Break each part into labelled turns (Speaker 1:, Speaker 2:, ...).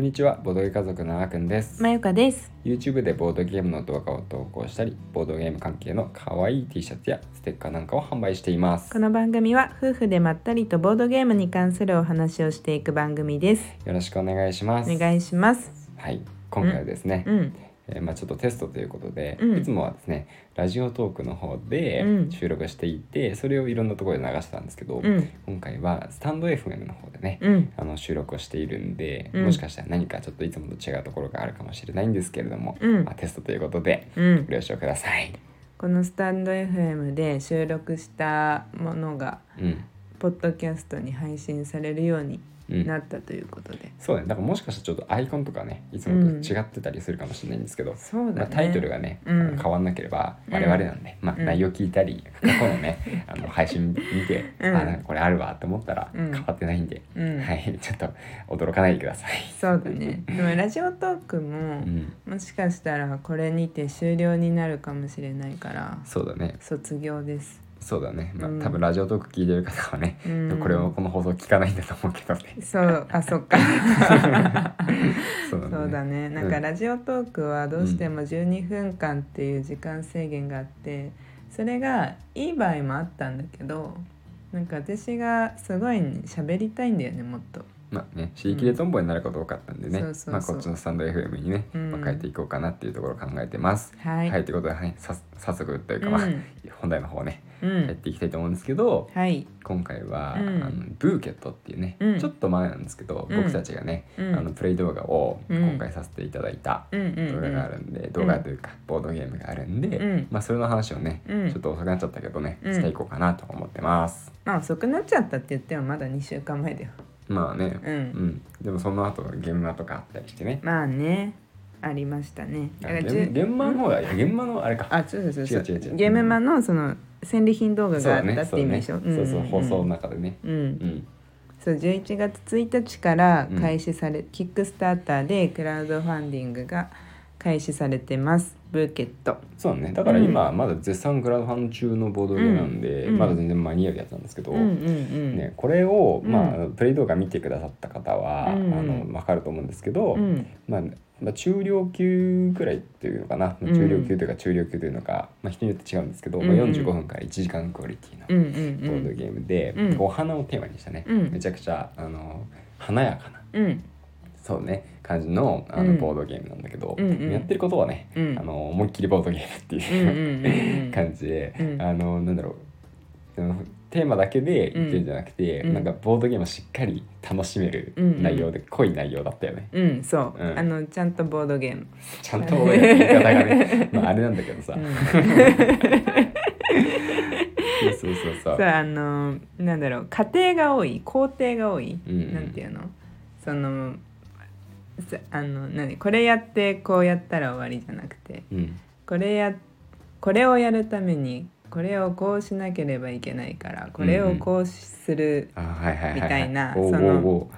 Speaker 1: にちはボードゲ家族のあーくんです
Speaker 2: まゆかです。
Speaker 1: YouTube でボードゲームの動画を投稿したりボードゲーム関係の可愛い T シャツやステッカーなんかを販売しています
Speaker 2: こ
Speaker 1: よ
Speaker 2: の番組は夫婦でまったりとボードゲームに関するお話をしていく番組です。
Speaker 1: ろしくお願いし
Speaker 2: お
Speaker 1: ます
Speaker 2: 願いします。
Speaker 1: はい今回はですね、
Speaker 2: うん。
Speaker 1: えーまあ、ちょっとテストということで、
Speaker 2: うん
Speaker 1: いつもはですねラジオトークの方で
Speaker 2: うん
Speaker 1: 収録していて、それをいろんなところで流してたんですけど、
Speaker 2: うん。
Speaker 1: 今回はスタンド FM の方でね、
Speaker 2: うん。
Speaker 1: あの収録をしているんで、
Speaker 2: うん
Speaker 1: もしかしたら何かちょっといつもと違うところがあるかもしれないんですけれども、
Speaker 2: うん
Speaker 1: まあ、テストということで
Speaker 2: うん
Speaker 1: ご。了承ください。
Speaker 2: このスタンド FM で収録したものが
Speaker 1: うん
Speaker 2: ポッドキャストに配信されるように
Speaker 1: うん
Speaker 2: なったということで。
Speaker 1: そうだね、だからもしかしたらちょっとアイコンとかねいつもと違ってたりするかもしれないんですけど、
Speaker 2: そうだね。
Speaker 1: まあ、タイトルがね、
Speaker 2: うん
Speaker 1: あの変わんなければ
Speaker 2: うん
Speaker 1: 我々なんで、まあ、
Speaker 2: うん
Speaker 1: 内容聞いたり、過去の ねあの配信見て、
Speaker 2: うん
Speaker 1: あなんかこれあるわと思ったら
Speaker 2: うん
Speaker 1: 変わってないんで、
Speaker 2: うん
Speaker 1: はい、ちょっと驚かないでください。
Speaker 2: そうだね。でもラジオトークも
Speaker 1: う、ん、
Speaker 2: もしかしたらこれにて終了になるかもしれないから
Speaker 1: そうだね
Speaker 2: 卒業です。
Speaker 1: そうだね、まあ
Speaker 2: うん
Speaker 1: 多分ラジオトーク聞いてる方はね、
Speaker 2: うん
Speaker 1: これをこの放送聞かないんだと思うけどね。
Speaker 2: そうあそっか。
Speaker 1: そうだね
Speaker 2: そうだねなんか
Speaker 1: うん
Speaker 2: ラジオトークはどうしても12分間っていう時間制限があってそれがいい場合もあったんだけどなんか私がすごい喋りたいんだよねもっと。
Speaker 1: まあね、シリキレトンボになること多かったんでね、
Speaker 2: うんそうそうそう
Speaker 1: まあ、こっちのスタンド FM にね、
Speaker 2: うん
Speaker 1: まあ、変えていこうかなっていうところを考えてます。
Speaker 2: はい、
Speaker 1: はい、ということで、はい、さ早速というか、
Speaker 2: うん
Speaker 1: まあ、本題の方ね、
Speaker 2: う
Speaker 1: やっ
Speaker 2: ん
Speaker 1: ていきたいと思うんですけど、
Speaker 2: はい
Speaker 1: 今回は、
Speaker 2: うん
Speaker 1: あのブーケットっていうね、
Speaker 2: うん
Speaker 1: ちょっと前なんですけど、
Speaker 2: うん
Speaker 1: 僕たちがね、
Speaker 2: うん
Speaker 1: あのプレイ動画を
Speaker 2: うん
Speaker 1: 公開させていただいた
Speaker 2: うんうん
Speaker 1: 動画があるんで、動画というかボードゲームがあるんで、
Speaker 2: うん
Speaker 1: まあ、それの話をね、
Speaker 2: うん
Speaker 1: ちょっと遅くなっちゃったけどね、
Speaker 2: うん
Speaker 1: していこうかなと思ってます。
Speaker 2: まあ遅くなっちゃったって言ってもまだ2週間前だよ。
Speaker 1: まあね、
Speaker 2: うん
Speaker 1: でもその後現場とかあったりしてね、
Speaker 2: まあねありましたね。だからじゅ
Speaker 1: 現現場の方がいや現場のあれか
Speaker 2: あそうそうそうそ
Speaker 1: 違
Speaker 2: う
Speaker 1: う違う違う
Speaker 2: ゲームマンのその戦利品動画
Speaker 1: そう
Speaker 2: が
Speaker 1: だ
Speaker 2: あった
Speaker 1: ね
Speaker 2: って
Speaker 1: そう
Speaker 2: 意
Speaker 1: だ
Speaker 2: 味
Speaker 1: ね
Speaker 2: でし
Speaker 1: そ
Speaker 2: ょ。
Speaker 1: うそう放送の
Speaker 2: の。
Speaker 1: 中でね
Speaker 2: うん
Speaker 1: う。ん
Speaker 2: そう11月1日から開始され、キックスターターでクラウドファンディングが開始されてますブーケット
Speaker 1: そうだねだから今まだ絶賛クラウドファン中のボードゲームなんで、
Speaker 2: うん
Speaker 1: まだ全然間に合うやつなんですけど、
Speaker 2: うんうんうん、
Speaker 1: ね、これを、
Speaker 2: うん
Speaker 1: まああの、プレイ動画見てくださった方は、
Speaker 2: うん
Speaker 1: あの分かると思うんですけど、
Speaker 2: うん
Speaker 1: まあまあ、中量級くらいっていうのかな、
Speaker 2: うん
Speaker 1: 中量級というか中量級というのか、まあ、人によって違うんですけど、まあ、
Speaker 2: うんうん
Speaker 1: 45分から1時間クオリティの
Speaker 2: うんうんう
Speaker 1: ボード
Speaker 2: ん
Speaker 1: ゲームで、
Speaker 2: うん
Speaker 1: お花をテーマにしたね、
Speaker 2: うん
Speaker 1: めちゃくちゃあの華やかな
Speaker 2: うん
Speaker 1: そうね感じのあ
Speaker 2: う
Speaker 1: の
Speaker 2: ん
Speaker 1: ボードゲームなんだけど、
Speaker 2: うんうん
Speaker 1: やってることはね、
Speaker 2: うん
Speaker 1: あの思いっきりボードゲームって
Speaker 2: うんうん
Speaker 1: いう、
Speaker 2: うんう ん
Speaker 1: 感じで、
Speaker 2: うん
Speaker 1: あのなんだろうそのテーマだけで言ってるんじゃなくて、
Speaker 2: うん
Speaker 1: なんかボードゲームをしっかり楽しめる
Speaker 2: うんうん
Speaker 1: 内容で、濃い内容だったよね。
Speaker 2: うんそう、
Speaker 1: うん
Speaker 2: あのちゃんとボードゲーム、
Speaker 1: ちゃんと俺の言い方が ね、まあ、あれなんだけどさ、
Speaker 2: うん、
Speaker 1: そうそうそうそう
Speaker 2: そ
Speaker 1: う。
Speaker 2: あのなんだろう家庭が多い工程が多い、
Speaker 1: うんうん
Speaker 2: なんていうのそのさあの何これやってこうやったら終わりじゃなくて
Speaker 1: うん、
Speaker 2: これやこれをやるためにこれをこうしなければいけないからこれをこうする、
Speaker 1: あはいはいはい、はい、
Speaker 2: みたいな
Speaker 1: おう
Speaker 2: その
Speaker 1: おうお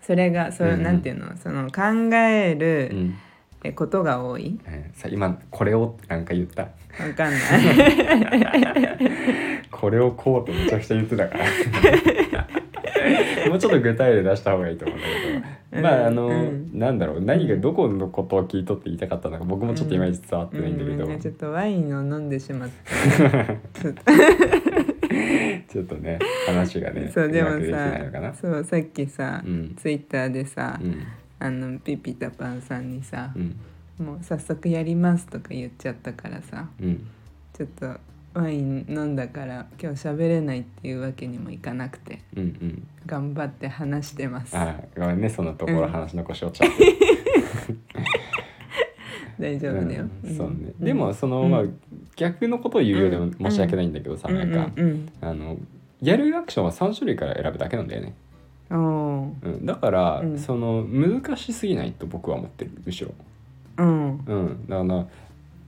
Speaker 2: それがそ
Speaker 1: うんう
Speaker 2: れ
Speaker 1: ん
Speaker 2: なんていうのその考え
Speaker 1: う、う
Speaker 2: る
Speaker 1: ん、
Speaker 2: えことが多い
Speaker 1: えーさ今これをってなんか言った
Speaker 2: わかん ない
Speaker 1: これをこうってめちゃくちゃ言ってたからもうちょっと具体例出した方がいいと思うんだけどまああの、
Speaker 2: うん
Speaker 1: なんだろう何がどこのことを聞いとって言いたかったのか僕もちょっといまいち伝わって
Speaker 2: う
Speaker 1: ないんだけ
Speaker 2: ん
Speaker 1: ど、
Speaker 2: なんかちょっとワインを飲んでしまって
Speaker 1: ちょっとね話がね
Speaker 2: そうでも
Speaker 1: うまくできてないのか
Speaker 2: さ
Speaker 1: な。
Speaker 2: そうさっきさ、
Speaker 1: うん
Speaker 2: ツイッターでさ、
Speaker 1: うん
Speaker 2: あのピピタパンさんにさ
Speaker 1: う、ん
Speaker 2: もう早速やりますとか言っちゃったからさ
Speaker 1: うん
Speaker 2: ちょっとワイン飲んだから今日喋れないっていうわけにもいかなくて
Speaker 1: うんうん
Speaker 2: 頑張って話してます
Speaker 1: あごめんねそんなところ話の腰折っちゃって。
Speaker 2: 大丈夫だよ、
Speaker 1: うんそうね、
Speaker 2: ん
Speaker 1: でもその、まあ逆のことを言うよりも申し訳ないんだけどさ、
Speaker 2: うん
Speaker 1: なんか、
Speaker 2: うん
Speaker 1: あのやるアクションは3種類から選ぶだけなんだよね、
Speaker 2: うんおー
Speaker 1: うん、だから、
Speaker 2: うん
Speaker 1: その難しすぎないと僕は思ってるむしろ、
Speaker 2: うん
Speaker 1: うん、だから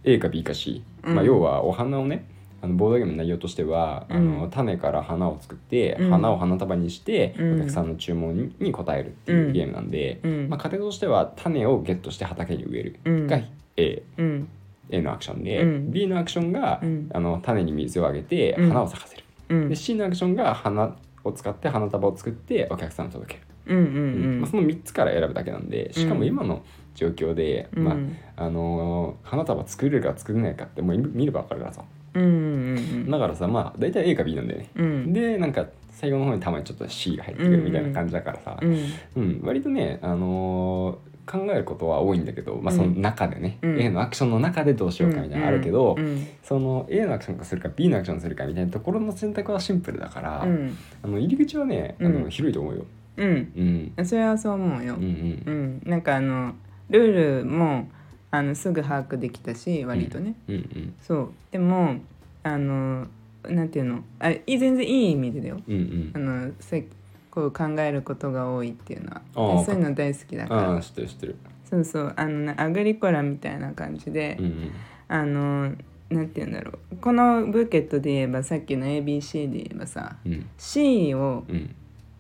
Speaker 1: A か B か C、
Speaker 2: うん
Speaker 1: まあ、要はお花をねあのボードゲームの内容としては、あ
Speaker 2: う
Speaker 1: の種から花を作って、
Speaker 2: うん
Speaker 1: 花を花束にして、
Speaker 2: うん
Speaker 1: お客さんの注文に応えるっていうゲームなんで、
Speaker 2: うん
Speaker 1: まあ、家庭としては種をゲットして畑に植える
Speaker 2: うん
Speaker 1: が A、
Speaker 2: うん、
Speaker 1: A のアクションで、
Speaker 2: うん
Speaker 1: B のアクションが、
Speaker 2: うん
Speaker 1: あの種に水をあげて
Speaker 2: うん
Speaker 1: 花を咲かせる、
Speaker 2: うん
Speaker 1: で C のアクションが花を使って花束を作ってお客さんに届ける、
Speaker 2: うんうん
Speaker 1: うん
Speaker 2: う
Speaker 1: ま
Speaker 2: ん
Speaker 1: あ、その3つから選ぶだけなんでしかも今の状況で、
Speaker 2: うん
Speaker 1: まああのー花束作れるか作れないかってもう見見れば分かるからさ
Speaker 2: うんうんうん
Speaker 1: だからさまあ大体 A か B なんだよね、
Speaker 2: うん
Speaker 1: でなんか最後の方にたまにちょっと C が入ってくるみたいな感じだからさ、
Speaker 2: うん
Speaker 1: うん割とね、あのー考えることは多いんだけど、まあ、その中でね、
Speaker 2: うん
Speaker 1: A のアクションの中でどうしようかみたいなのあるけど、
Speaker 2: うんうん
Speaker 1: その A のアクションかするか B のアクションするかみたいなところの選択はシンプルだから、
Speaker 2: うん
Speaker 1: あの入り口はねあ
Speaker 2: う
Speaker 1: の
Speaker 2: ん
Speaker 1: 広いと思うよ。
Speaker 2: うん
Speaker 1: うん
Speaker 2: それはそう思うよ
Speaker 1: うんう、ん
Speaker 2: うん、なんかあのルールもあのすぐ把握できたし割とね、
Speaker 1: うんうん
Speaker 2: そうでもあのなんていうのあれいい全然いい意味でだよ
Speaker 1: うんうん
Speaker 2: あのせこう考えることが多いっていうのは
Speaker 1: あー
Speaker 2: そういうの大好きだか
Speaker 1: ああ
Speaker 2: ら
Speaker 1: 知ってる知ってる。
Speaker 2: そうそうあのなアグリコラみたいな感じで、
Speaker 1: うんうん
Speaker 2: あのなんていうんだろうこのブーケットで言えばさっきの ABC で言えばさ
Speaker 1: うん
Speaker 2: C を
Speaker 1: うん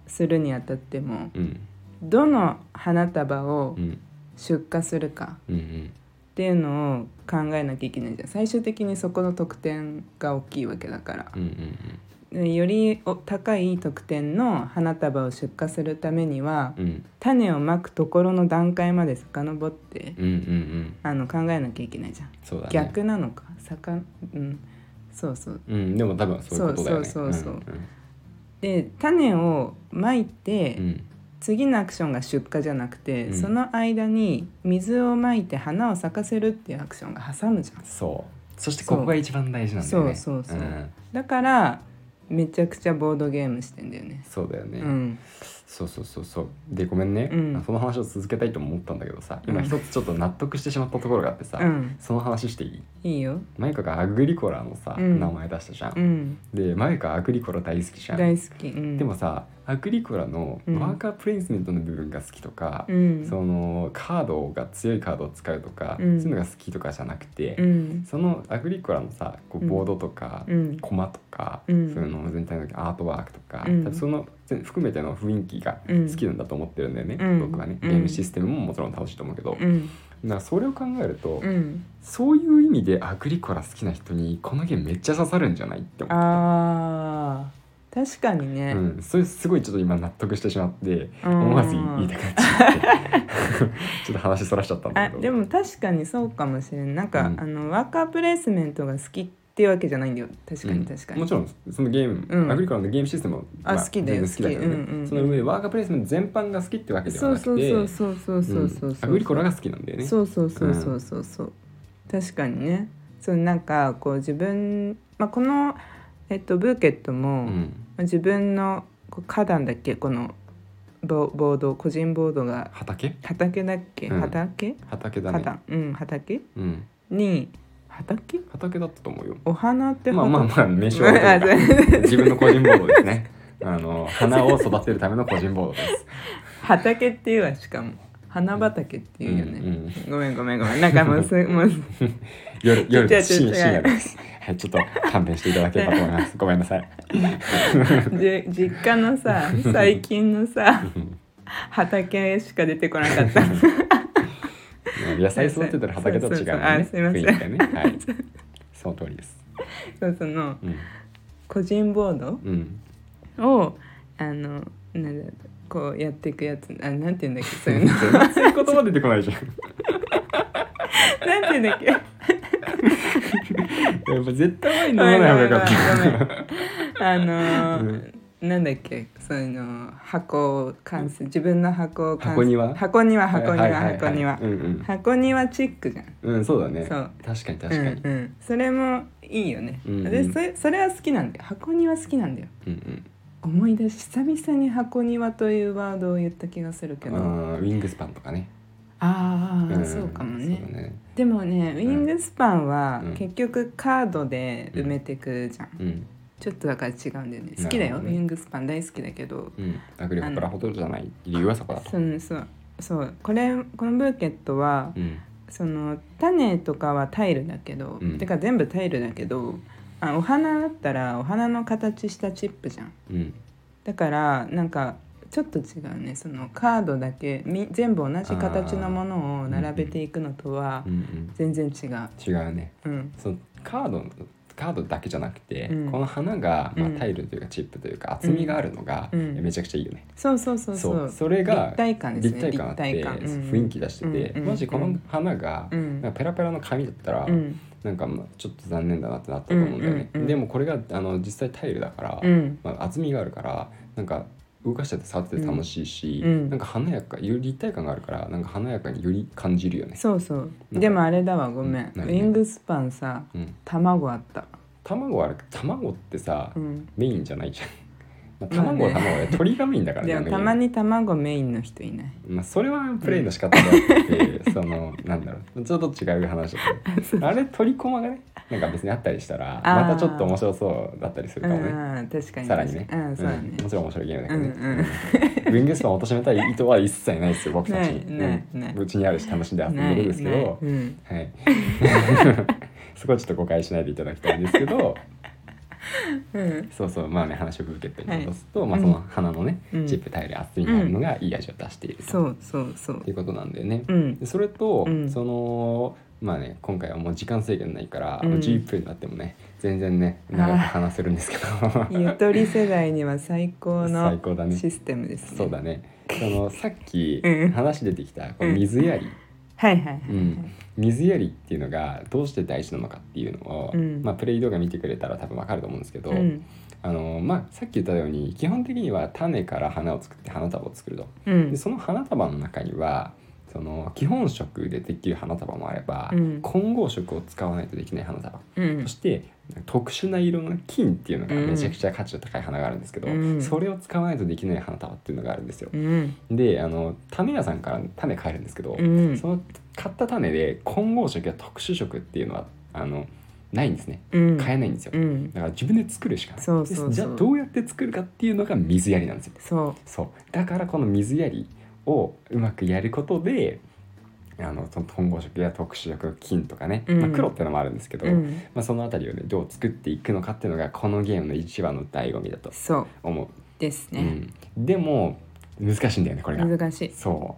Speaker 2: するにあたっても
Speaker 1: うん
Speaker 2: どの花束を
Speaker 1: うん
Speaker 2: 出荷するか
Speaker 1: うんうん
Speaker 2: っていうのを考えなきゃいけないじゃん最終的にそこの得点が大きいわけだから
Speaker 1: うんうん
Speaker 2: でよりお高い得点の花束を出荷するためには
Speaker 1: うんうん
Speaker 2: 種をまくところの段階まで遡って
Speaker 1: うんうん
Speaker 2: あの考えなきゃいけないじゃん
Speaker 1: そうだね。
Speaker 2: 逆なのかさかんうんそうそう
Speaker 1: うんでも多分そういうことだよね。
Speaker 2: そうそうそうそうんで種をまいて、
Speaker 1: うん
Speaker 2: 次のアクションが出荷じゃなくて、
Speaker 1: うん
Speaker 2: その間に水をまいて花を咲かせるっていうアクションが挟むじゃん
Speaker 1: そう。そしてここが一番大事なんだよね。
Speaker 2: そうそうそうんだからめちゃくちゃボードゲームしてんだよね
Speaker 1: そうだよね。
Speaker 2: うん
Speaker 1: そうそうそうそうでごめんね、
Speaker 2: うん
Speaker 1: その話を続けたいとも思ったんだけどさ今
Speaker 2: うん
Speaker 1: 一つちょっと納得してしまったところがあってさ、
Speaker 2: うん
Speaker 1: その話していい
Speaker 2: いいよ
Speaker 1: マイカがアグリコラのさ、
Speaker 2: うん
Speaker 1: 名前出したじゃん、
Speaker 2: うん
Speaker 1: でマイカアグリコラ大好きじゃん
Speaker 2: 大好き、うん、
Speaker 1: でもさアグリコラの
Speaker 2: うん
Speaker 1: ワーカープレイスメントの部分が好きとか、
Speaker 2: うん
Speaker 1: そのカードが強いカードを使うとか、
Speaker 2: うん
Speaker 1: そういうのが好きとかじゃなくて、
Speaker 2: うん
Speaker 1: そのアグリコラのさこう
Speaker 2: うん
Speaker 1: ボードとか、
Speaker 2: うん
Speaker 1: コマとか、
Speaker 2: うん
Speaker 1: そういうの全体のアートワークとか、
Speaker 2: うん
Speaker 1: 多分その全含めての雰囲気が
Speaker 2: うん
Speaker 1: 好きなんだと思ってるんだよね、
Speaker 2: うん
Speaker 1: 僕はね、
Speaker 2: うん
Speaker 1: ゲームシステムももちろん楽しいと思うけど、
Speaker 2: うん
Speaker 1: だからそれを考えると、
Speaker 2: うん
Speaker 1: そういう意味でアグリコラ好きな人にこのゲームめっちゃ刺さるんじゃないって思って。
Speaker 2: あー確かにね、
Speaker 1: うん、それすごいちょっと今納得してしまって
Speaker 2: うん
Speaker 1: 思わず言いたくなっちゃってちょっと話そらしちゃったんだ
Speaker 2: あ
Speaker 1: けど
Speaker 2: でも確かにそうかもしれんなんか、
Speaker 1: うん
Speaker 2: あのワーカープレイスメントが好きっていうわけじゃないんだよ確か
Speaker 1: う
Speaker 2: に
Speaker 1: ん
Speaker 2: 確かに、
Speaker 1: もちろんそのゲーム、
Speaker 2: うん
Speaker 1: アグリコラのゲームシステムも、
Speaker 2: あ好きだよ
Speaker 1: 全然好きだけどね、
Speaker 2: 好きうんうん
Speaker 1: その上でワーカープレイスメント全般が好きってわけでは
Speaker 2: そう
Speaker 1: なくて
Speaker 2: そうそうそうそうそうそううん
Speaker 1: アグリコラが好きなんだよね
Speaker 2: そうそうそうそうそうそう確かにねそうなんかこう自分、まあ、この、えっと、ブーケット
Speaker 1: う
Speaker 2: も、ま
Speaker 1: ん、
Speaker 2: あ自分のこう花壇だっけこのボボード個人ボードが
Speaker 1: 畑
Speaker 2: 畑だっけ、
Speaker 1: うん
Speaker 2: 畑
Speaker 1: 畑だ
Speaker 2: 花
Speaker 1: ね
Speaker 2: 壇うん畑
Speaker 1: うん、
Speaker 2: に畑
Speaker 1: 畑だったと思うよ
Speaker 2: お花って
Speaker 1: まあまあ
Speaker 2: あ
Speaker 1: まあ名称はどう
Speaker 2: あ
Speaker 1: か
Speaker 2: そう
Speaker 1: 自分の個人ボードですねあの花を育てるための個人ボードです
Speaker 2: 畑っていうわしかも花畑っていうよね、
Speaker 1: うんうん
Speaker 2: ごめんごめんごめんなんかもうすも う
Speaker 1: 夜夜です
Speaker 2: 違
Speaker 1: 深
Speaker 2: う違う違
Speaker 1: 夜
Speaker 2: う
Speaker 1: 深夜ですはいちょっと勘弁していただければと思いますごめんなさい
Speaker 2: じ実家の さ最近のさ畑しか出てこなかった
Speaker 1: 野菜育ててる畑とは違うもんね
Speaker 2: そうそうそうあすいません
Speaker 1: 雰囲気がね はいその通りです
Speaker 2: そうその
Speaker 1: うん
Speaker 2: 個人ボー
Speaker 1: うん
Speaker 2: ドをあのなんだこうやっていくやつあなんて言うんだっけそ ういうの
Speaker 1: 全然言葉出てこないじゃん
Speaker 2: なんて言うんだっけ
Speaker 1: やっぱ絶対前に飲まない方がよかった
Speaker 2: あの
Speaker 1: う
Speaker 2: ーなんだっけそういうの箱を完成自分の箱を完成
Speaker 1: 箱庭
Speaker 2: 箱庭箱
Speaker 1: はい
Speaker 2: 庭
Speaker 1: はいはい
Speaker 2: 箱庭
Speaker 1: うんうん
Speaker 2: 箱庭チックじゃん
Speaker 1: うんそうだね
Speaker 2: そう
Speaker 1: 確かに確かに
Speaker 2: うんうん、それもいいよね、
Speaker 1: うんうん
Speaker 2: でそれそれは好きなんだよ箱庭好きなんだよ
Speaker 1: うん
Speaker 2: 思い出し久々に箱庭というワードを言った気がするけ
Speaker 1: うん
Speaker 2: ど、
Speaker 1: あーウィングスパンとかね
Speaker 2: ああ、
Speaker 1: ん
Speaker 2: そうかも
Speaker 1: そう
Speaker 2: ね
Speaker 1: だね
Speaker 2: でもねウィングスパンは
Speaker 1: うん
Speaker 2: 結局カードで埋めてくじゃん、
Speaker 1: うん
Speaker 2: ちょっとだから違うんだよね好きだ
Speaker 1: なる
Speaker 2: よ、
Speaker 1: ほ
Speaker 2: ウ
Speaker 1: どね
Speaker 2: ィングスパン大好きだけど
Speaker 1: うんアグリコラほどじゃない理由はそこだと
Speaker 2: そのそうそうこれこのブーケットは、
Speaker 1: うん
Speaker 2: その種とかはタイルだけど、
Speaker 1: うん
Speaker 2: てか全部タイルだけどあお花だったらお花の形したチップじゃん
Speaker 1: うん
Speaker 2: だからなんかちょっと違うねそのカードだけみ全部同じ形のものを並べていくのとは
Speaker 1: うんうん
Speaker 2: 全然違う。
Speaker 1: 違うね
Speaker 2: うん、
Speaker 1: そのカードカードだけじゃなくて、
Speaker 2: うん
Speaker 1: この花が、まあ
Speaker 2: うん、
Speaker 1: タイルというかチップというか厚みがあるのが、
Speaker 2: うん
Speaker 1: めちゃくちゃいいよね。
Speaker 2: そうそうそう
Speaker 1: そ
Speaker 2: そうう
Speaker 1: それが
Speaker 2: 立体感ですね
Speaker 1: 立体感あって
Speaker 2: 立体感うん
Speaker 1: 雰囲気出してて、
Speaker 2: うん
Speaker 1: もしこの花が、
Speaker 2: うん
Speaker 1: なんかペラペラの紙だったら、
Speaker 2: うん
Speaker 1: なんかまあちょっと残念だなってなったと思うんだよね、
Speaker 2: うんうんうん
Speaker 1: でもこれがあの実際タイルだから、
Speaker 2: うん
Speaker 1: まあ、厚みがあるからなんか動かしてて触ってて楽しいし、
Speaker 2: うんうん
Speaker 1: なんか華やかより立体感があるからなんか華やかにより感じるよね、
Speaker 2: そうそう
Speaker 1: か
Speaker 2: でもあれだわごめん
Speaker 1: うん
Speaker 2: ウ
Speaker 1: 何
Speaker 2: ィングスパンさ
Speaker 1: うん、
Speaker 2: 卵あった
Speaker 1: 卵はあれ卵ってさ、
Speaker 2: うん
Speaker 1: メインじゃないじゃん、まあ、
Speaker 2: まあね
Speaker 1: 卵は卵で鳥がメインだからね
Speaker 2: でも
Speaker 1: メイン
Speaker 2: たまに卵メインの人いない
Speaker 1: まあ、それはプレイの仕方だって、 そのなんだろうちょっと違う話だけどあれ取りコマがねなんか別にあったりしたら
Speaker 2: あー
Speaker 1: またちょっと面白そうだったりする
Speaker 2: う
Speaker 1: か
Speaker 2: ん
Speaker 1: もね、
Speaker 2: うん確かに
Speaker 1: さらにね、
Speaker 2: うんそうだね
Speaker 1: んもちろん面白いゲームだ
Speaker 2: う
Speaker 1: け
Speaker 2: ん
Speaker 1: ど
Speaker 2: う
Speaker 1: ね、
Speaker 2: ん
Speaker 1: ウィングスパンを貶めたい意図は一切ないですよ僕たちに、
Speaker 2: ないないないう
Speaker 1: ちにあるし楽しんで遊んでるんですけ
Speaker 2: ないな
Speaker 1: ど
Speaker 2: い、うん
Speaker 1: はい、 そこはちょっと誤解しないでいただきたいんですけど
Speaker 2: うん
Speaker 1: そうそうまあね話をブーケットに戻すと、まあ、
Speaker 2: うん
Speaker 1: その花のね、
Speaker 2: うん
Speaker 1: チップタイル厚みがあるのがいい味を出していると、
Speaker 2: そうそうそう
Speaker 1: っていうことなんだよね。
Speaker 2: うん
Speaker 1: でそれと、
Speaker 2: うん
Speaker 1: そのまあね今回はもう時間制限ないから、
Speaker 2: うん
Speaker 1: 11分になってもね全然ね長く話せるんですけど
Speaker 2: ゆとり世代には最高
Speaker 1: 最
Speaker 2: の
Speaker 1: 高だね
Speaker 2: システムです ね
Speaker 1: そうだねそのさっき
Speaker 2: うん
Speaker 1: 話出てきたこの水やり、
Speaker 2: はいはいはいは
Speaker 1: う
Speaker 2: い、
Speaker 1: ん、水やりっていうのがどうして大事なのかっていうのを、
Speaker 2: うん
Speaker 1: まあ、プレイ動画見てくれたら多分わかると思うんですけど、
Speaker 2: うん
Speaker 1: あのまあ、さっき言ったように基本的には種から花を作って花束を作ると。
Speaker 2: うん
Speaker 1: でその花束の中にはその基本色でできる花束もあれば、
Speaker 2: うん
Speaker 1: 混合色を使わないとできない花束、
Speaker 2: うん
Speaker 1: そして特殊な色の金っていうのがめちゃくちゃ価値の高い花があるんですけど、
Speaker 2: うん
Speaker 1: それを使わないとできない花束っていうのがあるんですよ
Speaker 2: う。ん
Speaker 1: であの種屋さんから種買えるんですけど、
Speaker 2: うん
Speaker 1: その買った種で混合色や特殊色っていうのはあのないんですね
Speaker 2: うん
Speaker 1: 買えないんですよ。
Speaker 2: うん
Speaker 1: だから自分で作るしかない
Speaker 2: そうそうそう
Speaker 1: でじゃあどうやって作るかっていうのが水やりなんですよ。
Speaker 2: そ
Speaker 1: そうだからこの水やりをうまくやることであのその混合色や特殊色金とかね、
Speaker 2: うん
Speaker 1: まあ、黒ってのもあるんですけど、
Speaker 2: ううん
Speaker 1: まあ、その辺りをねどう作っていくのかっていうのがこのゲームの一番の醍醐味だと
Speaker 2: そう
Speaker 1: 思
Speaker 2: です
Speaker 1: う、
Speaker 2: ね、
Speaker 1: うん、でも難しいんだよねこれが
Speaker 2: 難しい
Speaker 1: そ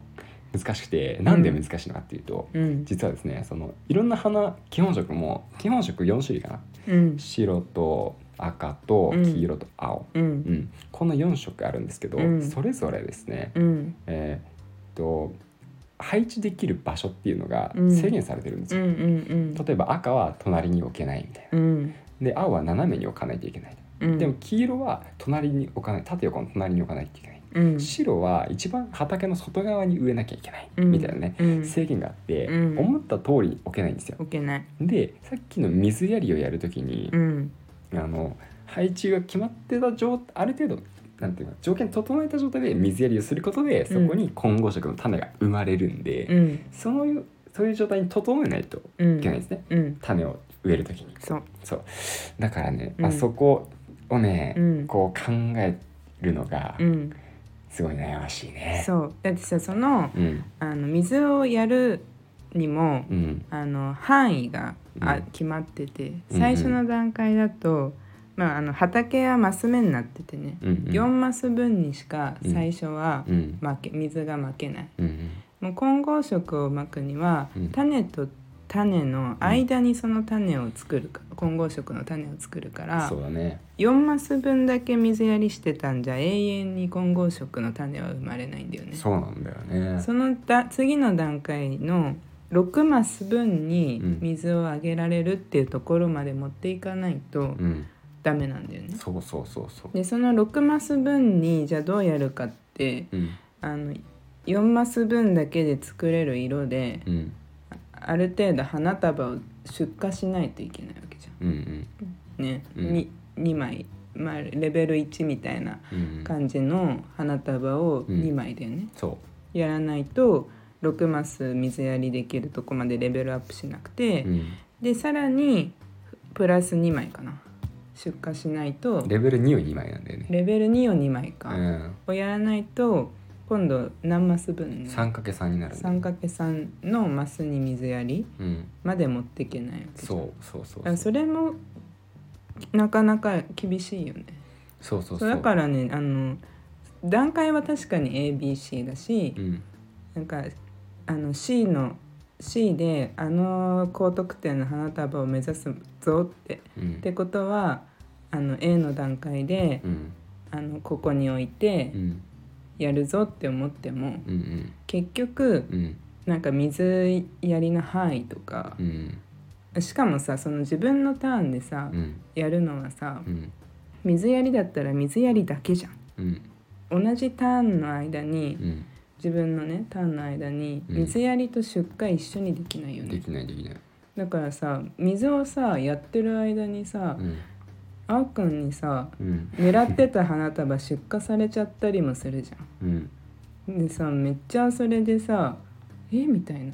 Speaker 1: う難しくてなんで難しいのかっていうと、
Speaker 2: うん
Speaker 1: 実はですねそのいろんな花基本色も基本色4種類かな
Speaker 2: うん
Speaker 1: 白と赤と黄色と青、
Speaker 2: うん
Speaker 1: うん、この4色あるんですけど、
Speaker 2: うん
Speaker 1: それぞれですね、
Speaker 2: うん
Speaker 1: えーっと配置できる場所っていうのが
Speaker 2: うん
Speaker 1: 制限されてるんです
Speaker 2: うんう
Speaker 1: よ、
Speaker 2: ん
Speaker 1: 例えば赤は隣に置けないみたいな
Speaker 2: うん
Speaker 1: で青は斜めに置かないといけない、
Speaker 2: うん
Speaker 1: でも黄色は隣に置かない縦横の隣に置かないといけない、
Speaker 2: うん
Speaker 1: 白は一番畑の外側に植えなきゃいけない、
Speaker 2: うん
Speaker 1: みたいなね
Speaker 2: うん
Speaker 1: 制限があって、
Speaker 2: うん
Speaker 1: 思った通りに置けないんですよ
Speaker 2: 置けない
Speaker 1: でさっきの水やりをやるときに、
Speaker 2: うん
Speaker 1: あの配置が決まってた状ある程度なんていうか条件整えた状態で水やりをすることでそこに混合色の種が生まれるんで、
Speaker 2: うん
Speaker 1: そのいうそういう状態に整えないと
Speaker 2: う
Speaker 1: いけない
Speaker 2: ん
Speaker 1: ですね、
Speaker 2: うん
Speaker 1: 種を植える時に
Speaker 2: そう
Speaker 1: そうだからね、
Speaker 2: うん
Speaker 1: あそこをね、
Speaker 2: うん
Speaker 1: こう考えるのが
Speaker 2: うん
Speaker 1: すごい悩ましいね
Speaker 2: そうだってさその
Speaker 1: うん
Speaker 2: あの水をやるにも
Speaker 1: うん
Speaker 2: あの範囲があ
Speaker 1: うん
Speaker 2: 決まってて
Speaker 1: うん
Speaker 2: 最初の段階だとまああの畑はマス目になっててね
Speaker 1: うんうん
Speaker 2: 4マス分にしか最初は
Speaker 1: うん
Speaker 2: 負け水が負けない
Speaker 1: うん
Speaker 2: もう混合色をまくには、
Speaker 1: うん
Speaker 2: 種と種の間にその種を作るか混合色の種を作るか
Speaker 1: うん
Speaker 2: ら
Speaker 1: そうだね
Speaker 2: 4マス分だけ水やりしてたんじゃ永遠に混合色の種は生まれないんだよね。
Speaker 1: そうなんだよね
Speaker 2: そのだ次の段階の6マス分に
Speaker 1: うん
Speaker 2: 水をあげられるっていうところまで持っていかないと
Speaker 1: うん
Speaker 2: ダメなんだよね。
Speaker 1: そうそうそうそう
Speaker 2: でその6マス分にじゃあどうやるかって
Speaker 1: うん
Speaker 2: あの4マス分だけで作れる色で、
Speaker 1: うん
Speaker 2: ある程度花束を出荷しないといけないわけじ
Speaker 1: うんうん
Speaker 2: ゃん。ね、
Speaker 1: うん
Speaker 2: に2枚、まあ、レベル1みたいな
Speaker 1: うん
Speaker 2: 感じの花束を
Speaker 1: うん
Speaker 2: 2枚だよね、
Speaker 1: そう
Speaker 2: やらないと6マス水やりできるとこまでレベルアップしなくて、
Speaker 1: うん
Speaker 2: でさらにプラス2枚かな出荷しないと
Speaker 1: レベル2を2枚なんだよね。
Speaker 2: レベル2を2枚
Speaker 1: う
Speaker 2: か、
Speaker 1: ん、
Speaker 2: をやらないと今度何マス分ね
Speaker 1: 3×3 になるんだよ
Speaker 2: 3×3 のマスに水やり
Speaker 1: うん、
Speaker 2: まで持っていけないわけじゃん
Speaker 1: そうそうそう
Speaker 2: だからそれもなかなか厳しいよね
Speaker 1: そうそう
Speaker 2: そ
Speaker 1: そうう
Speaker 2: だからねあの段階は確かに ABC だし、
Speaker 1: うん
Speaker 2: なんかあの C の C であの高得点の花束を目指すぞって
Speaker 1: うん
Speaker 2: ってことはあの A の段階で
Speaker 1: うん
Speaker 2: あのここに置いて
Speaker 1: うん
Speaker 2: やるぞって思っても
Speaker 1: うん
Speaker 2: 結局
Speaker 1: うんうん
Speaker 2: なんか水やりの範囲とか
Speaker 1: うん
Speaker 2: しかもさその自分のターンでさ
Speaker 1: うん
Speaker 2: やるのはさ
Speaker 1: うん
Speaker 2: 水やりだったら水やりだけじゃ
Speaker 1: う
Speaker 2: ん。
Speaker 1: ん
Speaker 2: 同じターンの間に
Speaker 1: うん
Speaker 2: 自分のねターンの間に
Speaker 1: うん
Speaker 2: 水やりと出荷一緒にできないよね、
Speaker 1: できないできない
Speaker 2: だからさ水をさやってる間にさ、
Speaker 1: うん
Speaker 2: あおくんにさ
Speaker 1: うん
Speaker 2: 狙ってた花束出荷されちゃったりもするじ
Speaker 1: うん
Speaker 2: ゃんでさめっちゃそれでさえみたいな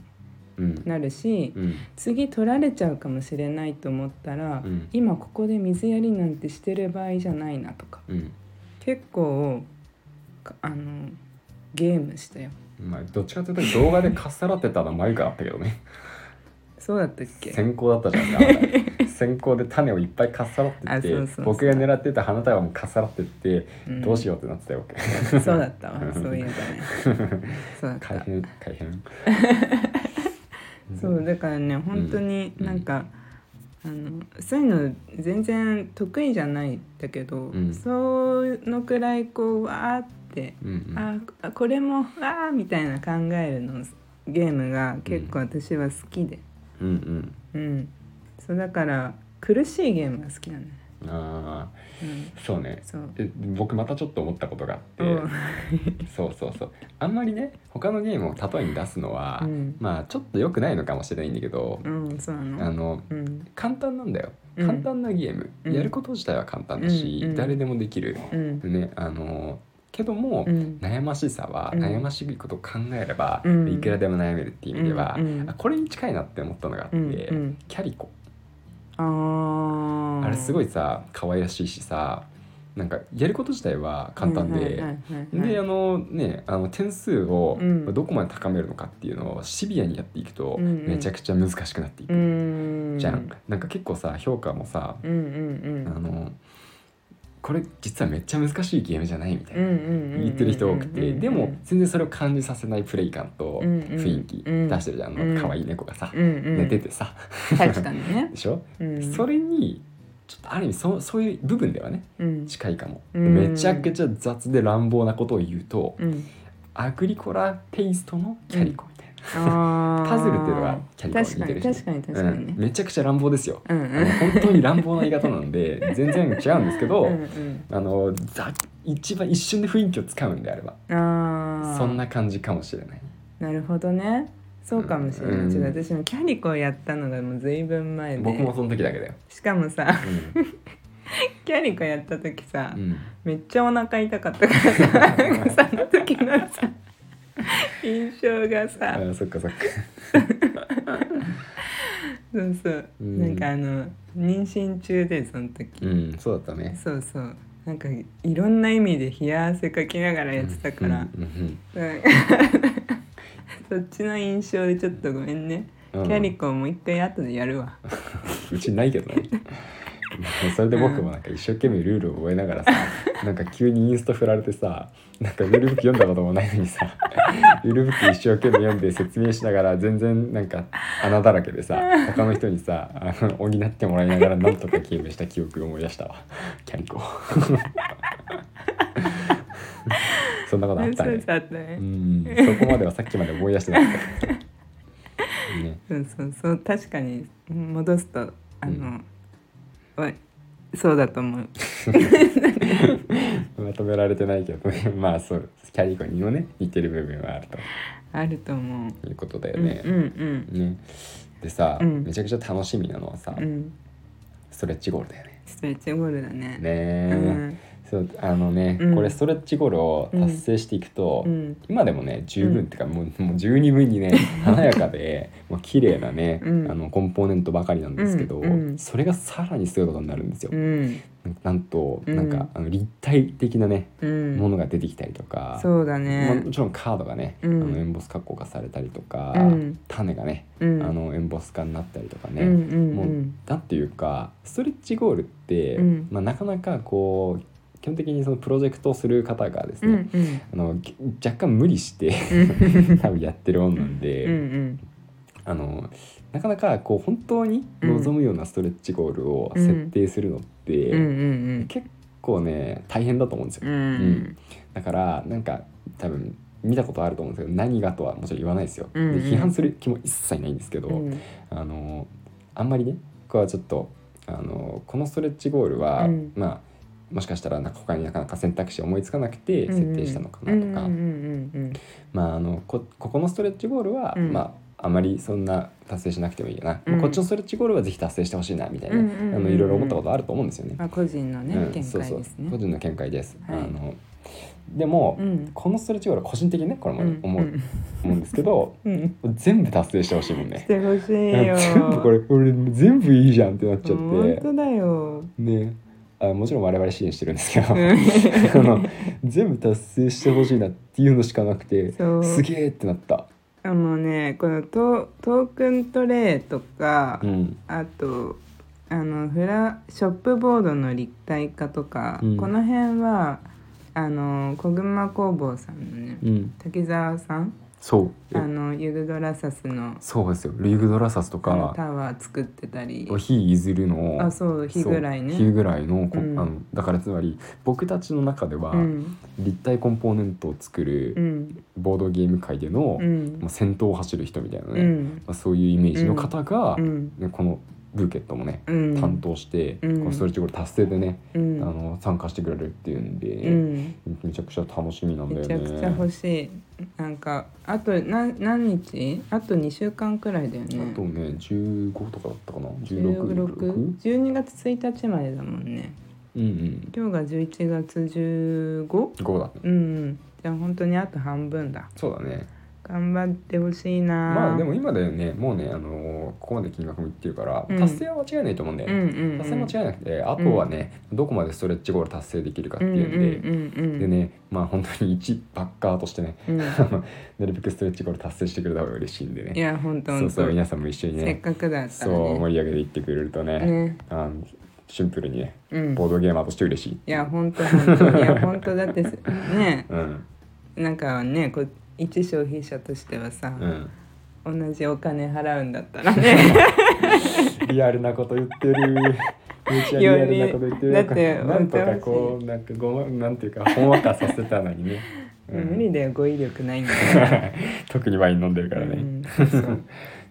Speaker 1: うん
Speaker 2: なるし
Speaker 1: うん
Speaker 2: 次取られちゃうかもしれないと思ったら、
Speaker 1: うん
Speaker 2: 今ここで水やりなんてしてる場合じゃないなとか
Speaker 1: うん
Speaker 2: 結構かあのゲームしたよ
Speaker 1: まあどっちかというと動画でかっさらってたのはマイクあったけどね
Speaker 2: そうだったっけ
Speaker 1: 先行だったじゃん ね先行で種をいっぱいかっさらって
Speaker 2: あ
Speaker 1: っ
Speaker 2: そ
Speaker 1: て
Speaker 2: うそうそう
Speaker 1: 僕が狙ってた花束もかっさらってって、
Speaker 2: うん
Speaker 1: どうしようってなってたよ僕
Speaker 2: そうだったわそういえばね そうだ
Speaker 1: 大
Speaker 2: った
Speaker 1: 変大変
Speaker 2: そうだからね本当になんか、あのそういうの全然得意じゃないんだけど、
Speaker 1: うん
Speaker 2: そのくらいこうわーって、
Speaker 1: うんうん
Speaker 2: ああこれもわーみたいな考えるのゲームが結構私は好きで、
Speaker 1: うん
Speaker 2: うんそうだから苦しいゲームが好きなんだよね、
Speaker 1: うんあ
Speaker 2: うん、
Speaker 1: あそうね
Speaker 2: そう
Speaker 1: え僕またちょっと思ったことがあって、
Speaker 2: うん
Speaker 1: そうそうそうあんまりね他のゲームを例えに出すのは、
Speaker 2: うん
Speaker 1: まあちょっと良くないのかもしれないんだけど、
Speaker 2: うんそうなの
Speaker 1: あの
Speaker 2: うん
Speaker 1: 簡単なんだよ
Speaker 2: うん
Speaker 1: 簡単なゲーム、
Speaker 2: うん
Speaker 1: やること自体は簡単だし、
Speaker 2: うんうん
Speaker 1: 誰でもできる、
Speaker 2: うん
Speaker 1: ねあのけども、
Speaker 2: うん
Speaker 1: 悩ましさは
Speaker 2: うん
Speaker 1: 悩ましいことを考えれば、
Speaker 2: うん
Speaker 1: いくらでも悩めるっていう意味では、
Speaker 2: うんうん
Speaker 1: あこれに近いなって思ったのがあって、
Speaker 2: うんうん
Speaker 1: キャリコ
Speaker 2: あー
Speaker 1: あれすごいさ可愛らしいしさなんかやること自体は簡単で、
Speaker 2: はいはいはいはいはい
Speaker 1: であのねあの点数を
Speaker 2: うん
Speaker 1: どこまで高めるのかっていうのをシビアにやっていくと
Speaker 2: うんうん
Speaker 1: めちゃくちゃ難しくなっていく、
Speaker 2: うん
Speaker 1: じゃん。なんか結構さ評価もさ、
Speaker 2: うんうんうん
Speaker 1: あのこれ実はめっちゃ難しいゲームじゃないみたいな。言
Speaker 2: 言
Speaker 1: ってる人多くて、でも全然それを感じさせないプレイ感と
Speaker 2: うんうん
Speaker 1: 雰囲気出してるじゃん、
Speaker 2: うん
Speaker 1: あの可愛い猫がさ、
Speaker 2: 寝
Speaker 1: 寝ててさ、
Speaker 2: 確かにね
Speaker 1: でしょ、
Speaker 2: うん
Speaker 1: それにちょっとある意味そそういう部分ではね
Speaker 2: うん
Speaker 1: 近いかも、
Speaker 2: うん
Speaker 1: めちゃくちゃ雑で乱暴なことを言うと、
Speaker 2: うん
Speaker 1: アグリコラテイストのキャリコみたい
Speaker 2: あ
Speaker 1: な、
Speaker 2: ー
Speaker 1: パズルっていうのがキャリコに似てるし
Speaker 2: 確かに確かに確かにね
Speaker 1: うんめちゃくちゃ乱暴ですよ、
Speaker 2: うんう
Speaker 1: あの本当に乱暴な言い方なんで全然違うんですけど、
Speaker 2: んうん
Speaker 1: あのざ一番一瞬で雰囲気をつかむんであれば
Speaker 2: うんあー
Speaker 1: そんな感じかもしれない。
Speaker 2: なるほどねそうかもしれな
Speaker 1: う
Speaker 2: い
Speaker 1: ん
Speaker 2: ちょっと私もキャリコをやったのがもう随分前で
Speaker 1: 僕もその時だけだよ。
Speaker 2: しかもさ
Speaker 1: うん
Speaker 2: キャリコやった時さ
Speaker 1: うん
Speaker 2: めっちゃお腹痛かったからさなんか その時のさ印象が
Speaker 1: あ
Speaker 2: さ
Speaker 1: ーそっかそっか。
Speaker 2: そうそう、
Speaker 1: うん
Speaker 2: なんかあの妊娠中でその時、
Speaker 1: うん、そうだったね。
Speaker 2: そうそうなんかいろんな意味で冷や汗かきながらやってたから、
Speaker 1: うんうん
Speaker 2: うん そっちの印象でちょっとごめんね、
Speaker 1: うん
Speaker 2: キャリコもう一回後でやるわ
Speaker 1: うんうちないけどね。 それで僕もなんか一生懸命ルールを覚えながらさ、なんか急にインスト振られてさ、なんかウルブック読んだこともないのにさ、 ウルブック一生懸命読んで説明しながら全然なんか穴だらけでさ、他の人にさ、あの補ってもらいながらなんとかゲームした記憶を思い出した わ。キャリコ。 そんなことあった
Speaker 2: そう
Speaker 1: ね
Speaker 2: そう。あったね、
Speaker 1: うん、そこまではさっきまで思い出してなかっ た。ね、
Speaker 2: そうそうそう確かに戻すとあの
Speaker 1: ん、
Speaker 2: おいそうだと思う
Speaker 1: まとめられてないけど ね、まあそう、キャリコにもね、似てる部分はある
Speaker 2: あると思う、
Speaker 1: ということだよ
Speaker 2: うん
Speaker 1: ね。
Speaker 2: うん
Speaker 1: ねでさ、
Speaker 2: うん
Speaker 1: めちゃくちゃ楽しみなのはさ、
Speaker 2: うんうん
Speaker 1: ストレッチゴールだよね。
Speaker 2: ストレッチゴールだね
Speaker 1: ね
Speaker 2: う
Speaker 1: え、
Speaker 2: ん
Speaker 1: そうあのね、
Speaker 2: うん
Speaker 1: これストレッチゴールを達成していくと、
Speaker 2: うん
Speaker 1: 今でもね十分、ってかもうもう十二分にね 華やかでもう綺麗なね、
Speaker 2: うん
Speaker 1: あのコンポーネントばかりなんですけど、
Speaker 2: うんうん
Speaker 1: それがさらにすごいことになるんですよ。
Speaker 2: うん
Speaker 1: なんと、
Speaker 2: うん
Speaker 1: なんかあの立体的なね、
Speaker 2: うん
Speaker 1: ものが出てきたりとか、
Speaker 2: そうだ
Speaker 1: まあ
Speaker 2: ね
Speaker 1: もちろんカードがね、
Speaker 2: うん
Speaker 1: あのエンボス加工がされたりとか、
Speaker 2: うん
Speaker 1: 種がね、
Speaker 2: うん
Speaker 1: あのエンボス化になったりとかね、
Speaker 2: うんうんう
Speaker 1: もうんなんていうかストレッチゴールって、
Speaker 2: うん
Speaker 1: まあ、なかなかこう基本的にそのプロジェクトをする方がです
Speaker 2: うん
Speaker 1: ね、 あのぎ若干無理して多分やってるもんなんで、
Speaker 2: うんうん
Speaker 1: あのなかなかこう本当に望むようなストレッチゴールを設定するのって、
Speaker 2: うんうん
Speaker 1: 結構ね大変だと思うんです
Speaker 2: うんう
Speaker 1: よ、
Speaker 2: ん
Speaker 1: だからなんか多分見たことあると思うんですけど何がとはもちろん言わないですよ、
Speaker 2: うんうん
Speaker 1: で批判する気も一切ないんですけど、
Speaker 2: うん
Speaker 1: あのあんまりね僕はちょっとあのこのストレッチゴールは、
Speaker 2: うん
Speaker 1: まあもしかしたらなんか他になかなか選択肢思いつかなくて設定したのかなとか、
Speaker 2: うんうんうん
Speaker 1: まあ、あのこここのストレッチゴールは、
Speaker 2: うん
Speaker 1: まあ、あまりそんな達成しなくてもいいよな、
Speaker 2: うん
Speaker 1: まあこっちのストレッチゴールはぜひ達成してほしいなみたいな、
Speaker 2: うんうんうんうん
Speaker 1: あのいろいろ思ったことあると思うんですよね
Speaker 2: うん。あ個人のね
Speaker 1: うん
Speaker 2: 見
Speaker 1: そう
Speaker 2: 解
Speaker 1: そう
Speaker 2: ですね
Speaker 1: 個人の見解です。
Speaker 2: はい
Speaker 1: あのでも、
Speaker 2: うん
Speaker 1: このストレッチゴールは個人的にねこれも
Speaker 2: うん
Speaker 1: 思う,、
Speaker 2: うん
Speaker 1: 思うんですけど
Speaker 2: うん
Speaker 1: 全部達成してほしいもん
Speaker 2: し
Speaker 1: ね。
Speaker 2: てほしいよ
Speaker 1: 全部これ俺全部いいじゃんってなっちゃっ
Speaker 2: 本
Speaker 1: て
Speaker 2: 当だよ
Speaker 1: ねあもちろん我々支援してるんですけど、
Speaker 2: うん
Speaker 1: あの全部達成してほしいなっていうのしかなくて
Speaker 2: そう
Speaker 1: すげえってなった。
Speaker 2: あのねこのトートークントレイとか、
Speaker 1: うん
Speaker 2: あとあのフラショップボードの立体化とか、
Speaker 1: うん
Speaker 2: この辺はあの小熊工房さんのね、
Speaker 1: うん、
Speaker 2: 滝沢さん
Speaker 1: そう
Speaker 2: あのユグドラサスの
Speaker 1: そうですよリーグドラサスと
Speaker 2: あの
Speaker 1: か
Speaker 2: タワー作ってたり
Speaker 1: 火いずるの
Speaker 2: あそう日ぐらいね
Speaker 1: そう日ぐらいの,こ、
Speaker 2: うん
Speaker 1: あのだからつまり僕たちの中では
Speaker 2: うん
Speaker 1: 立体コンポーネントを作
Speaker 2: う
Speaker 1: る
Speaker 2: ん
Speaker 1: ボードゲーム界での、
Speaker 2: うん
Speaker 1: まあ、先頭を走る人みたいなね、
Speaker 2: うん
Speaker 1: まあ、そういうイメージの方が、
Speaker 2: うん
Speaker 1: ねこのブーケットもね、
Speaker 2: うん
Speaker 1: 担当して、
Speaker 2: うん
Speaker 1: このストレッチゴール達成でね、
Speaker 2: うん
Speaker 1: あの参加してくれるっていうんで、
Speaker 2: うん
Speaker 1: めちゃくちゃ楽しみなんだ
Speaker 2: め
Speaker 1: よ
Speaker 2: ち
Speaker 1: ね。
Speaker 2: ゃくちゃ欲しいなんかあとな何日あと2週間くらいだよね
Speaker 1: あとね15とかだったかな1616
Speaker 2: 16?12 月1日までだもんね
Speaker 1: うんうん
Speaker 2: 今日が11月 15?
Speaker 1: 5だね
Speaker 2: うんじゃあ本当にあと半分だ
Speaker 1: そうだね
Speaker 2: 頑張ってほしいな
Speaker 1: まあでも今だよねもうね、あのーここまで金額もいってるから
Speaker 2: うん
Speaker 1: 達成は間違いないと思うんだよ
Speaker 2: う
Speaker 1: ね、
Speaker 2: んうん、うん、
Speaker 1: 達成間違いなくてあとはね、どこまでストレッチゴール達成できるかっていうんで、
Speaker 2: うんうんうんうん、
Speaker 1: でねまあ本当に一バッカーとしてね
Speaker 2: うん、
Speaker 1: なるべくストレッチゴール達成してくれた方が嬉しいんで
Speaker 2: い
Speaker 1: ね
Speaker 2: や本当
Speaker 1: そ
Speaker 2: 本
Speaker 1: う
Speaker 2: 当
Speaker 1: そう皆さんも一緒に
Speaker 2: せっ
Speaker 1: ね
Speaker 2: かくだったら
Speaker 1: そう
Speaker 2: ね
Speaker 1: 盛り上げていってくれるとね
Speaker 2: ね
Speaker 1: あのシンプルにね
Speaker 2: うん
Speaker 1: ボードゲーマーとして嬉しい
Speaker 2: いや本当本当いや本当だってすね
Speaker 1: うん
Speaker 2: なんかねこう一消費者としてはさ、
Speaker 1: うん
Speaker 2: 同じお金払うんだったらね
Speaker 1: リアルなこと言ってる。 めっちゃリアルなこと言ってる。
Speaker 2: だって
Speaker 1: なんとかこう、なんかごま、なんていうか、ほんわかさせたのにね。 うん
Speaker 2: 無理だよ語彙力ないんだか
Speaker 1: 特にワイン飲んでるから
Speaker 2: う
Speaker 1: ね。
Speaker 2: んそうそう
Speaker 1: 直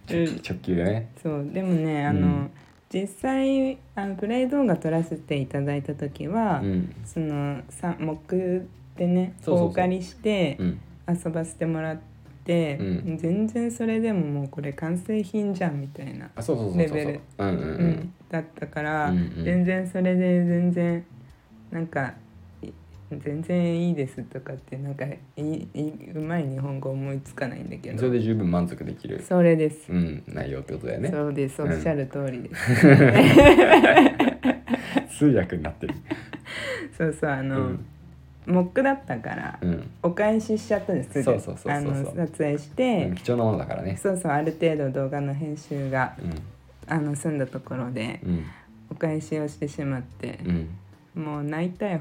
Speaker 1: 球直球でね。
Speaker 2: そうでもねあの、
Speaker 1: うん
Speaker 2: 実際あのプレイ動画撮らせていただいた時は、
Speaker 1: うん。
Speaker 2: そのさ木でね
Speaker 1: そうそうそう
Speaker 2: お借りして
Speaker 1: うん。
Speaker 2: 遊ばせてもらって、
Speaker 1: うん
Speaker 2: 全然それでももうこれ完成品じゃんみたいな、
Speaker 1: あ、そうそうそうそうそう。
Speaker 2: レベル
Speaker 1: うんうん
Speaker 2: う
Speaker 1: うん。
Speaker 2: だったから、
Speaker 1: うんうん
Speaker 2: 全然それで全然なんかい全然いいですとかってなんかいいいうまい日本語思いつかないんだけど
Speaker 1: それで十分満足できる。
Speaker 2: それです、
Speaker 1: うん、内容ってことだよね。
Speaker 2: そうですお
Speaker 1: うん
Speaker 2: っしゃる通りです
Speaker 1: 通訳になってる。
Speaker 2: そうそうあ
Speaker 1: う
Speaker 2: の、
Speaker 1: ん。
Speaker 2: モックだったから
Speaker 1: うん。
Speaker 2: お返ししちゃったんです
Speaker 1: そうそうそうそう
Speaker 2: あの撮影し
Speaker 1: うん
Speaker 2: て、
Speaker 1: 貴重なものだからね。
Speaker 2: そうそうある程度動画の編集が
Speaker 1: う
Speaker 2: あの済んだところで
Speaker 1: ん。うん。
Speaker 2: お返しをしてしまって
Speaker 1: う、ん。
Speaker 2: もう泣いたよ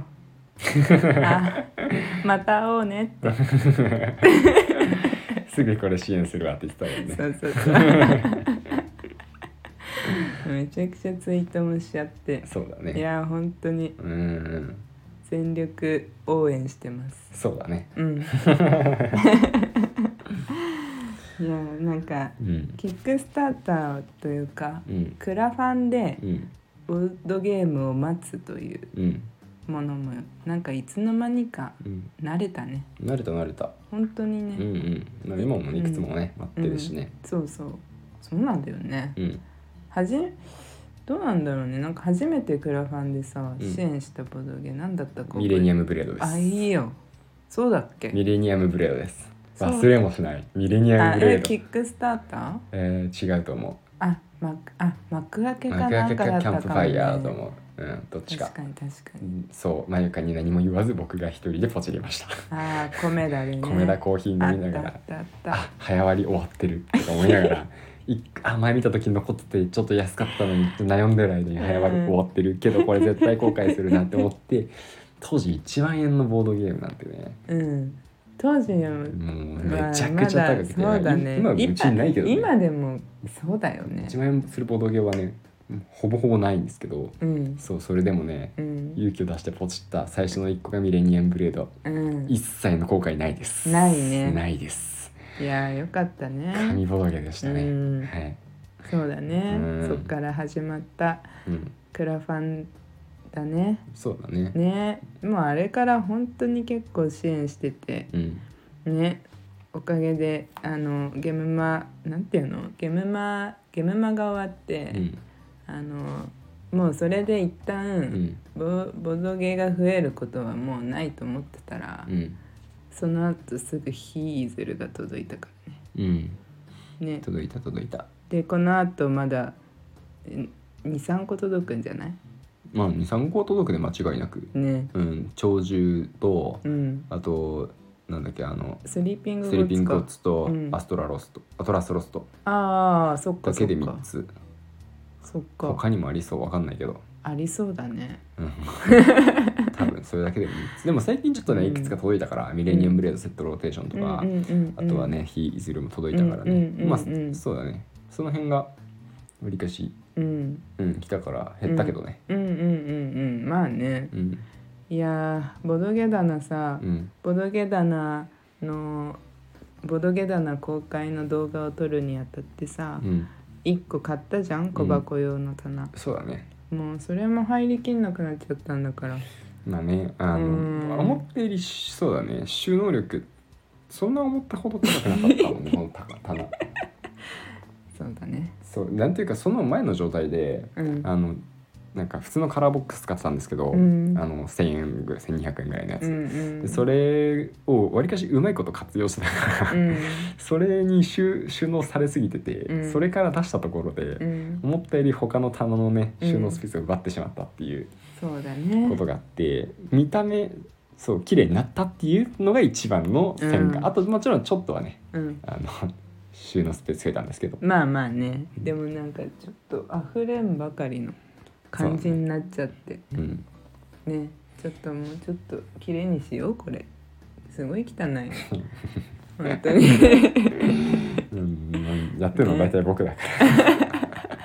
Speaker 2: あまた会おうねって
Speaker 1: すぐこれ支援するわって言ってたもんね。
Speaker 2: そうそうそうめちゃくちゃツイートもしちゃって
Speaker 1: そうだ
Speaker 2: い
Speaker 1: ね。
Speaker 2: や本当に
Speaker 1: うんうん。
Speaker 2: 全力応援してます
Speaker 1: そうだね。
Speaker 2: うんいやなんか
Speaker 1: うん。
Speaker 2: キックスターターというか
Speaker 1: うん。
Speaker 2: クラファンで
Speaker 1: うん。
Speaker 2: ボードゲームを待つという
Speaker 1: うん。
Speaker 2: ものもなんかいつの間にか
Speaker 1: うん。
Speaker 2: 慣れたね
Speaker 1: 慣れた慣れた。
Speaker 2: 本当にね、
Speaker 1: うんうん。まあ今もねいくつもね、待ってるしね。
Speaker 2: そうそうそうなんだよね
Speaker 1: うん。
Speaker 2: はじどうなんだろうねなんか初めてクラファンでさ
Speaker 1: うん
Speaker 2: 支援したボドゲなんだったか
Speaker 1: ミレニ
Speaker 2: ア
Speaker 1: アムブレードです。
Speaker 2: あいいよそうだっけ
Speaker 1: ミレニアムブレードです。
Speaker 2: そう
Speaker 1: 忘れもしない。ミレニア
Speaker 2: あ
Speaker 1: ムブレ
Speaker 2: え
Speaker 1: ー
Speaker 2: キ
Speaker 1: ド。
Speaker 2: ックスターター
Speaker 1: えー、違うと思
Speaker 2: あ幕あ幕開
Speaker 1: う。
Speaker 2: け
Speaker 1: マ
Speaker 2: か
Speaker 1: クア
Speaker 2: な
Speaker 1: ケ
Speaker 2: んか
Speaker 1: か
Speaker 2: だっ
Speaker 1: キャン
Speaker 2: た
Speaker 1: プフ
Speaker 2: かも、ね、
Speaker 1: ァイヤーと思う。うん、どっちか
Speaker 2: 確。かに確か
Speaker 1: う
Speaker 2: に
Speaker 1: んそう、まゆかに何も言わず僕が一人でポチりました。
Speaker 2: あー米だね
Speaker 1: 米田コーヒー飲みなが
Speaker 2: あ
Speaker 1: ら
Speaker 2: っ、たあったあっ
Speaker 1: あ、早割り終わってるとか思いながら。いあ前見た時残っててちょっと安かったのに悩んでる間に早割り終わってるけどこれ絶対後悔するなって思って当時1万円のボードゲームなんてね
Speaker 2: たうん当時は
Speaker 1: もう
Speaker 2: まあ
Speaker 1: めちゃくちゃ高くて、
Speaker 2: まだそうだね
Speaker 1: 今はうちにないけど、ね、
Speaker 2: 今今でもそうだよね
Speaker 1: 1万円するボードゲームはねほぼほぼないんですけど
Speaker 2: うん
Speaker 1: そうそれでもね
Speaker 2: うん
Speaker 1: 勇気を出してポチった最初の1個がミレニアムブレード
Speaker 2: うん
Speaker 1: 一切の後悔ないです
Speaker 2: ないね
Speaker 1: ないです
Speaker 2: いやーよかったね
Speaker 1: 神ボドゲでした
Speaker 2: う
Speaker 1: ね
Speaker 2: ん
Speaker 1: はい、
Speaker 2: そうだね
Speaker 1: うん
Speaker 2: そっから始まった
Speaker 1: うん、
Speaker 2: クラファンだね
Speaker 1: そうだね
Speaker 2: ねもうあれから本当に結構支援してて
Speaker 1: うん
Speaker 2: ねおかげであのゲムマなんていうのゲムマゲムマが終わって、
Speaker 1: うん
Speaker 2: あのもうそれで一
Speaker 1: う
Speaker 2: 旦、
Speaker 1: ん
Speaker 2: ボボドゲが増えることはもうないと思ってたら、
Speaker 1: うん
Speaker 2: その後すぐヒーゼルが届いたから
Speaker 1: うん
Speaker 2: ねね
Speaker 1: 届いた届いた
Speaker 2: でこの後まだ23個届くんじゃない
Speaker 1: まあ23個は届くで間違いなく
Speaker 2: ね
Speaker 1: うん鳥獣と
Speaker 2: うん
Speaker 1: あとなんだっけあの
Speaker 2: スリーピング
Speaker 1: スリーピング
Speaker 2: ゴ
Speaker 1: コ
Speaker 2: ッ
Speaker 1: ッ
Speaker 2: ツ
Speaker 1: ツと
Speaker 2: うん
Speaker 1: アストラロスト、アトラスロスト
Speaker 2: かああそっか
Speaker 1: だ
Speaker 2: そ
Speaker 1: け
Speaker 2: っ
Speaker 1: で
Speaker 2: か
Speaker 1: 3つ
Speaker 2: そっか
Speaker 1: 他にもありそうわかんないけど
Speaker 2: ありそうだね
Speaker 1: うん 多分それだけでもいいですでも最近ちょっとね
Speaker 2: うん
Speaker 1: いくつか届いたから、ミレニアムブレードセットローテーションとか、
Speaker 2: うんうんうんうん
Speaker 1: あとはね非いずれも届いたからね、
Speaker 2: うんうんうんうん
Speaker 1: まあそうだねその辺がわりかし、
Speaker 2: うん
Speaker 1: うん、来たから減ったけどね
Speaker 2: うんうんうんうんまあね
Speaker 1: うん
Speaker 2: いやーボドゲ棚さ、
Speaker 1: うん
Speaker 2: ボドゲ棚のボドゲ棚公開の動画を撮るにあたってさ、
Speaker 1: うん
Speaker 2: 一1個買ったじゃん小箱用の棚、
Speaker 1: そうだね
Speaker 2: もうそれも入りきんなくなっちゃったんだから
Speaker 1: まあねあの
Speaker 2: うん
Speaker 1: 思ったよりそうだね収納力そんな思ったほど高くなかったもんねこの棚棚
Speaker 2: そうだね
Speaker 1: そうなんていうかその前の状態で
Speaker 2: うん
Speaker 1: あのなんか普通のカラーボックス使ってたんですけど、
Speaker 2: うん
Speaker 1: あの1,000円ぐらい1200円ぐらいのやつ、
Speaker 2: うんうん
Speaker 1: でそれをわりかしうまいこと活用してたから、
Speaker 2: うん
Speaker 1: それに収収納されすぎてて、
Speaker 2: うん
Speaker 1: それから出したところで、
Speaker 2: うん
Speaker 1: 思ったより他の棚のね収納スペースを奪ってしまったっていう
Speaker 2: そうだ
Speaker 1: こ
Speaker 2: ね
Speaker 1: とがあって、見た目そう綺麗になったっていうのが一番の変化、
Speaker 2: うん
Speaker 1: あともちろんちょっとはね
Speaker 2: うん
Speaker 1: あの収納スペース増えたんですけど、
Speaker 2: まあまあねでもなんかちょっと溢れんばかりの感じになっちゃって
Speaker 1: うん、
Speaker 2: ねちょっともうちょっと綺麗にしようこれすごい汚いの本当 に
Speaker 1: うんやってるのは大体僕だから、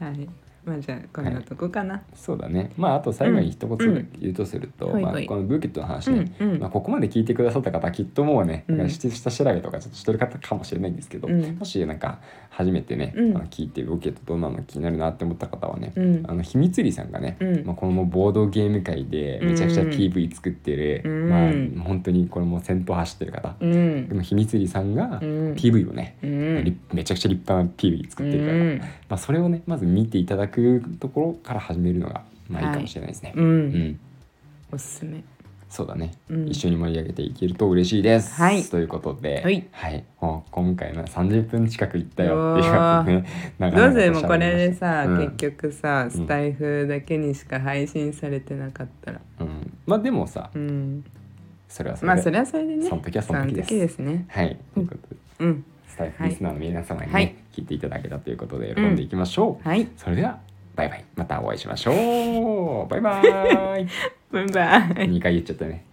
Speaker 2: はいまあじゃあこんなとこかな、
Speaker 1: そうだねまああと最後に一言だけ言うとすると、
Speaker 2: うんはい
Speaker 1: まあ、
Speaker 2: はい
Speaker 1: このブーケットの話ね、
Speaker 2: うんうん
Speaker 1: まあ、ここまで聞いてくださった方きっともうね、
Speaker 2: うん
Speaker 1: し下調べとかちょっとしてる方かもしれないんですけど、
Speaker 2: うん
Speaker 1: もしなんか初めてね、
Speaker 2: うん
Speaker 1: あの聞いてブーケットどんなの気になるなって思った方はね、
Speaker 2: うん
Speaker 1: あの秘密裏さんがね、
Speaker 2: うん
Speaker 1: まあ、このボードゲーム界でめちゃくちゃ
Speaker 2: うん
Speaker 1: PV 作ってる、
Speaker 2: うん
Speaker 1: まあ、本当にこれも先頭走ってる方、
Speaker 2: うん
Speaker 1: でも秘密裏さんが
Speaker 2: うん
Speaker 1: PV をね、
Speaker 2: うん
Speaker 1: りめちゃくちゃ立派な PV 作ってるから、
Speaker 2: うん
Speaker 1: まあ、それをねまず見ていただくところから始めるのがまあいいかもしれないですね。
Speaker 2: うん
Speaker 1: う、ん
Speaker 2: おすすめ
Speaker 1: そうだね、
Speaker 2: うん
Speaker 1: 一緒に盛り上げていけると嬉しいです。
Speaker 2: はい
Speaker 1: ということで、
Speaker 2: はい
Speaker 1: もう今回の30分近くいったよっていうやつね。長
Speaker 2: ど
Speaker 1: 々
Speaker 2: う
Speaker 1: と喋
Speaker 2: せ
Speaker 1: り
Speaker 2: も
Speaker 1: ま
Speaker 2: う
Speaker 1: した
Speaker 2: これでさ、
Speaker 1: うん
Speaker 2: 結局さスタイフだけにしか配信されてなかったら
Speaker 1: うん、まあでもさ
Speaker 2: う、ん
Speaker 1: それはそれ
Speaker 2: まあそ
Speaker 1: れ
Speaker 2: れはそれでね
Speaker 1: その時はその時です
Speaker 2: そのですね
Speaker 1: はい、ということで、
Speaker 2: うん
Speaker 1: スタイフリスナーの皆様にね、
Speaker 2: はい
Speaker 1: 聞いていただけたということで喜んでいきましょう。
Speaker 2: はい
Speaker 1: それではバイバイ、またお会いしましょう。バイバイ。
Speaker 2: バイバイ
Speaker 1: 2回言っちゃったね。